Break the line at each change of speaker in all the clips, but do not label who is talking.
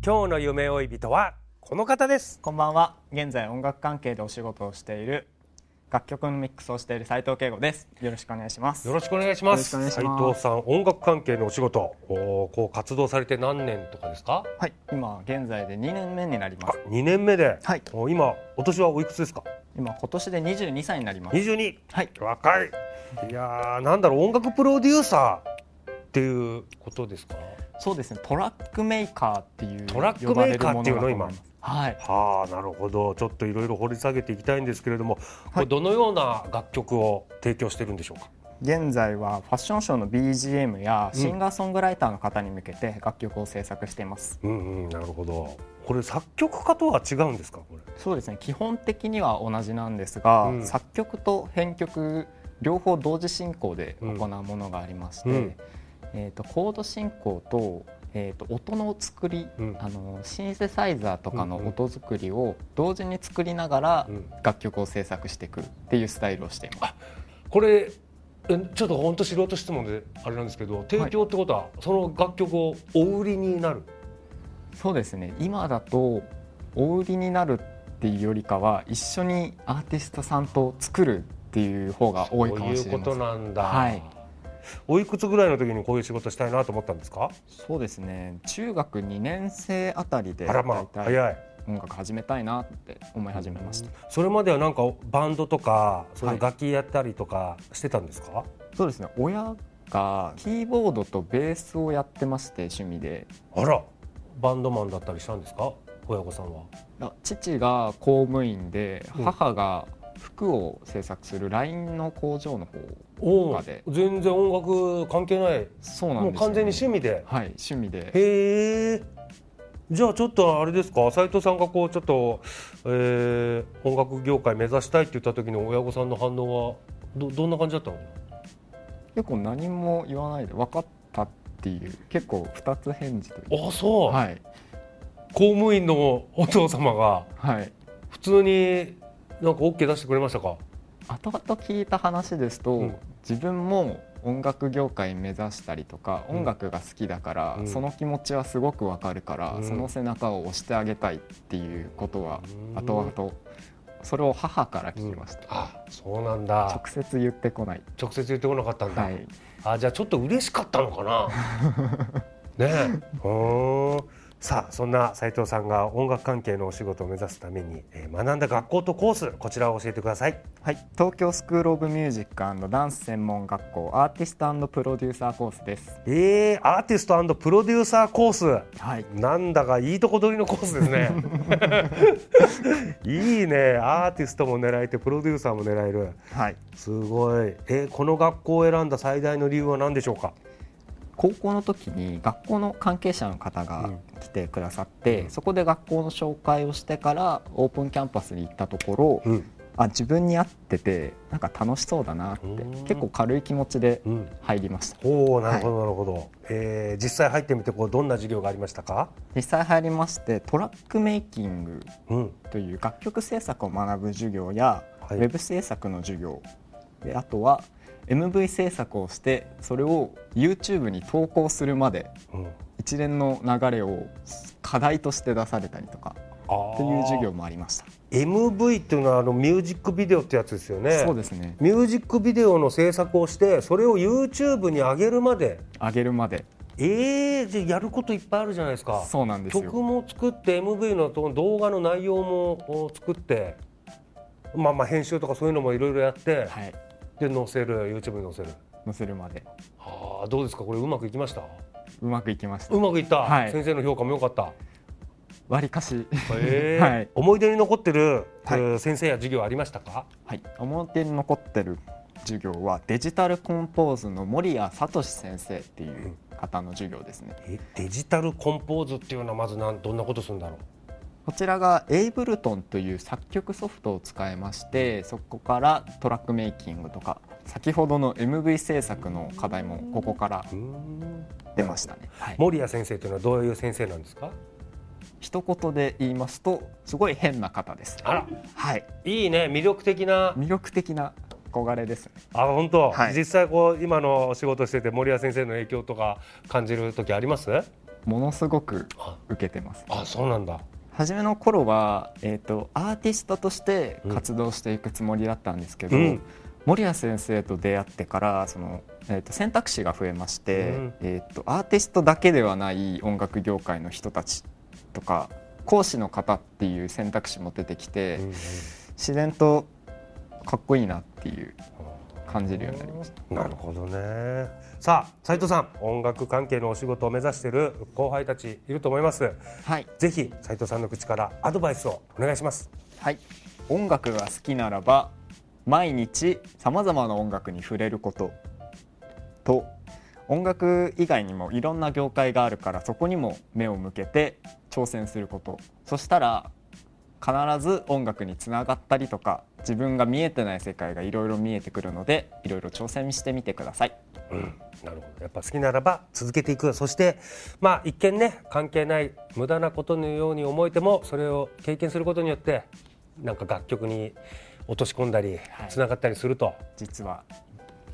今日の夢追い人はこの方です
こんばんは。現在音楽関係でお仕事をしている楽曲のミックスをしている斉藤圭吾です。よろしくお願いします。
よろしくお願いします
よろしくお願いします
斉藤さん音楽関係のお仕事おーこう活動されて何年とかですか
はい。今現在で2年目になりま
あ
す。
2年目で、
はい
おー今お年はおいくつですか
今今年で22歳になります。
22
はい。
若いいやーなんだろう音楽プロデューサーっていうことですか
そうですね。トラックメーカーっていう
トラックメーカーっていうの
呼ばれるもだと思いますはい。
はあなるほどちょっといろいろ掘り下げていきたいんですけれども、これどのような楽曲を提供してるんでしょうか
現在はファッションショーの BGM やシンガーソングライターの方に向けて楽曲を制作しています。
うんうんなるほどこれ作曲家とは違うんですかこれ
そうですね。基本的には同じなんですが、
うん
作曲と編曲両方同時進行で行うものがありまして、
うんうん
えっ、とコード進行と。えー、と音の作り、
うん
あのシンセサイザーとか
うんうん
の音作りを同時に作りながら
うん
楽曲を制作していくっていうスタイルをしています、
これえちょっと本当素人質問であれなんですけど提供ってことは、その楽曲をお売りになる
そうですね今だとお売りになるっていうよりかは一緒にアーティストさんと作るっていう方が多いかもし
こ
れませ
ういうこと
ん
なんだ、
はい
おいくつぐらいの時にこういう仕事したいなと思ったんですか
そうですね中学2年生あたりで
あらま
大
あ
体
早い
音楽始めたいなって思い始めました、
それまではなんかバンドとかそうい
は
う
い
楽器やったりとかしてたんですか、
そうですね親がキーボードとベースをやってまして趣味で
あらバンドマンだったりしたんですか親御さんは
あ父が公務員で
うん
母が服を制作する LINE の工場の方
お
他
お
で
全然音楽関係ない
そうなん
も
で
う
す
完全に趣
味
味で
はい趣味で
へえじゃあちょっとあれですか斉藤さんがこうちょっと、えー音楽業界目指したいって言った時の親御さんの反応はどどんな感じだったのかな
結構何も言わないで分かったっていう結構2つ返事という
あそう、
はい
公務員のお父様が
はい
普通になんか OK 出してくれましたか
後々聞いた話ですと、
うん
自分も音楽業界目指したりとか、
うん
音楽が好きだから、
うん
その気持ちはすごくわかるから、
うん
その背中を押してあげたいっていうことは
うん
後々それを母から聞きました、
あそうなんだ
直接言ってこない、
直接言ってこなかったんだ、
はい、
あじゃあちょっと嬉しかったのか なねえうんさあそんな斉藤さんが音楽関係のお仕事を目指すために、えー学んだ学校とコースこちらを教えてください
はい、東京スクール・オブ・ミュージックダンス専門学校アーティストプロデューサーコースです
えー、アーティストプロデューサーコース
はい
なんだかいいとこ取りのコースです ねいいねアーティストも狙えてプロデューサーも狙える
はい
すごい、えーこの学校を選んだ最大の理由は何でしょうか
高校の時に学校の関係者の方が来てくださって、
うん
そこで学校の紹介をしてからオープンキャンパスに行ったところ、
うん、
あ自分に合っててなんか楽しそうだなって
うん
結構軽い気持ちで
うん、
入りました
おおなるほどなるほど、えー実際入ってみてこうどんな授業がありましたか
実際入りましてトラックメイキング
うん
という楽曲制作を学ぶ授業や、
はい
ウェブ制作の授業であとは MV 制作をしてそれを YouTube に投稿するまで
うん
一連の流れを課題として出されたりとか
あ
っていう授業もありました。
業 MV っていうのはあのミュージックビデオってやつですよね
そうですね。
ミュージックビデオの制作をしてそれを YouTube に上げるまで
上げるまで
ええじゃあやることいっぱいあるじゃないですか
そうなんです
曲
よ
も作って MV のと動画の内容もお作ってまあまあ編集とかそういうのもいろいろやって、
はい
で載せる YouTube に載せる
載せるまで
ああどうですかこれうまくいきました
うまくいきました
うまくいった、
はい
先生の評価も良かった、
わりかし
えー
はい
思い出に残ってる、
はい
えー先生や授業ありましたか
はい表に残ってる授業はデジタルコンポーズの森谷聡先生っていう方の授業ですね
えデジタルコンポーズっていうのはまずなんどんなことするんだろう
こちらが Ableton という作曲ソフトを使いましてそこからトラックメイキングとか先ほどの MV 制作の課題もここから出ましたね、はい、
森谷先生というのはどういう先生なんですか
一言で言いますとすごい変な方です
あら
はい
いいね魅力的な
魅力的な憧れですね
あ本当、
はい
実際こう今のお仕事してて森谷先生の影響とか感じる時あります
ものすごく受けてます
あそうなんだ
初めの頃は、えー、とアーティストとして活動していくつもりだったんですけど、
うん
森谷先生と出会ってからその、えー、と選択肢が増えまして、
うん
えー、とアーティストだけではない音楽業界の人たちとか講師の方っていう選択肢も出てきて、
うん
自然とかっこいいなっていう感じるようになりました。
なるほどねさあ斉藤さん音楽関係のお仕事を目指している後輩たちいると思います
はい
ぜひ斉藤さんの口からアドバイスをお願いします
はい、音楽が好きならば毎日さまざまな音楽に触れることと音楽以外にもいろんな業界があるからそこにも目を向けて挑戦することそしたら必ず音楽につながったりとか自分が見えてない世界がいろいろ見えてくるのでいろいろ挑戦してみてください。
なるほどやっぱ好きならば続けていくそしてまあ一見ね関係ない無駄なことのように思えてもそれを経験することによってなんか楽曲に落とし込んだり
はい
つながったりすると、
実は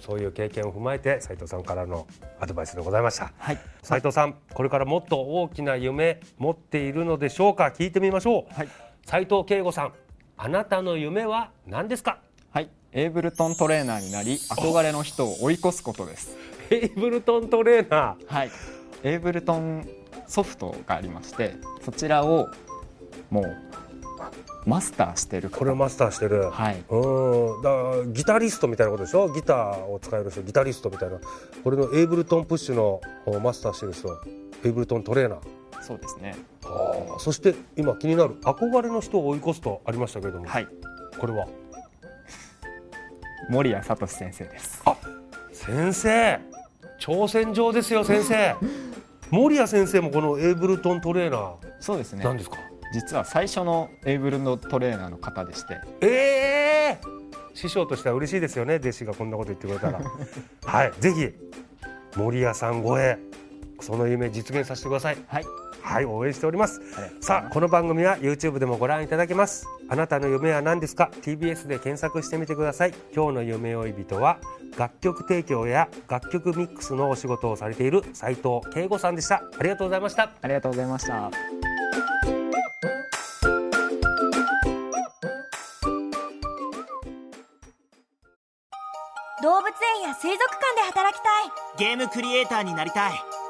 そういう経験を踏まえて斉藤さんからのアドバイスでございました
はい
斉藤さんこれからもっと大きな夢持っているのでしょうか聞いてみましょう、
はい
斉藤慶吾さんあなたの夢は何ですか
はい、エイブルトントレーナーになり憧れの人を追い越すことです。
ヘイブルトントレーナ
はい、エイブルトンソフトがありましてそちらをもうマスターしてる
ーこれを
方
マスターしてる
はい
うんだからギタリストみたいなことでしょギターを使える人ギタリストみたいなこれのエイブルトンプッシュのおマスターしてる人エイブルトントレーナー
そうですね
あーそして今気になる憧れの人を追い越すとありましたけれども、
はい
これは
森谷聡先生です
先生挑戦状ですよ先 生森谷先生もこのエイブルトントレーナー
そうですね
なんですか、
実は最初のエイブルのトレーナーの方でして
ええ師匠としては嬉しいですよね弟子がこんなこと言ってくれた らはいぜひ森谷さん超えその夢実現させてください
はい
はい応援しております
ありがとうござい
さ
ま
あ
す
この番組は YouTube でもご覧いただけますあなたの夢は何ですか TBS で検索してみてください今日の夢追い人は楽曲提供や楽曲ミックスのお仕事をされている斉藤慶吾さんでしたありがとうございました
ありがとうございました
動物園や水族館で働きたい
ゲームクリエイターになりたい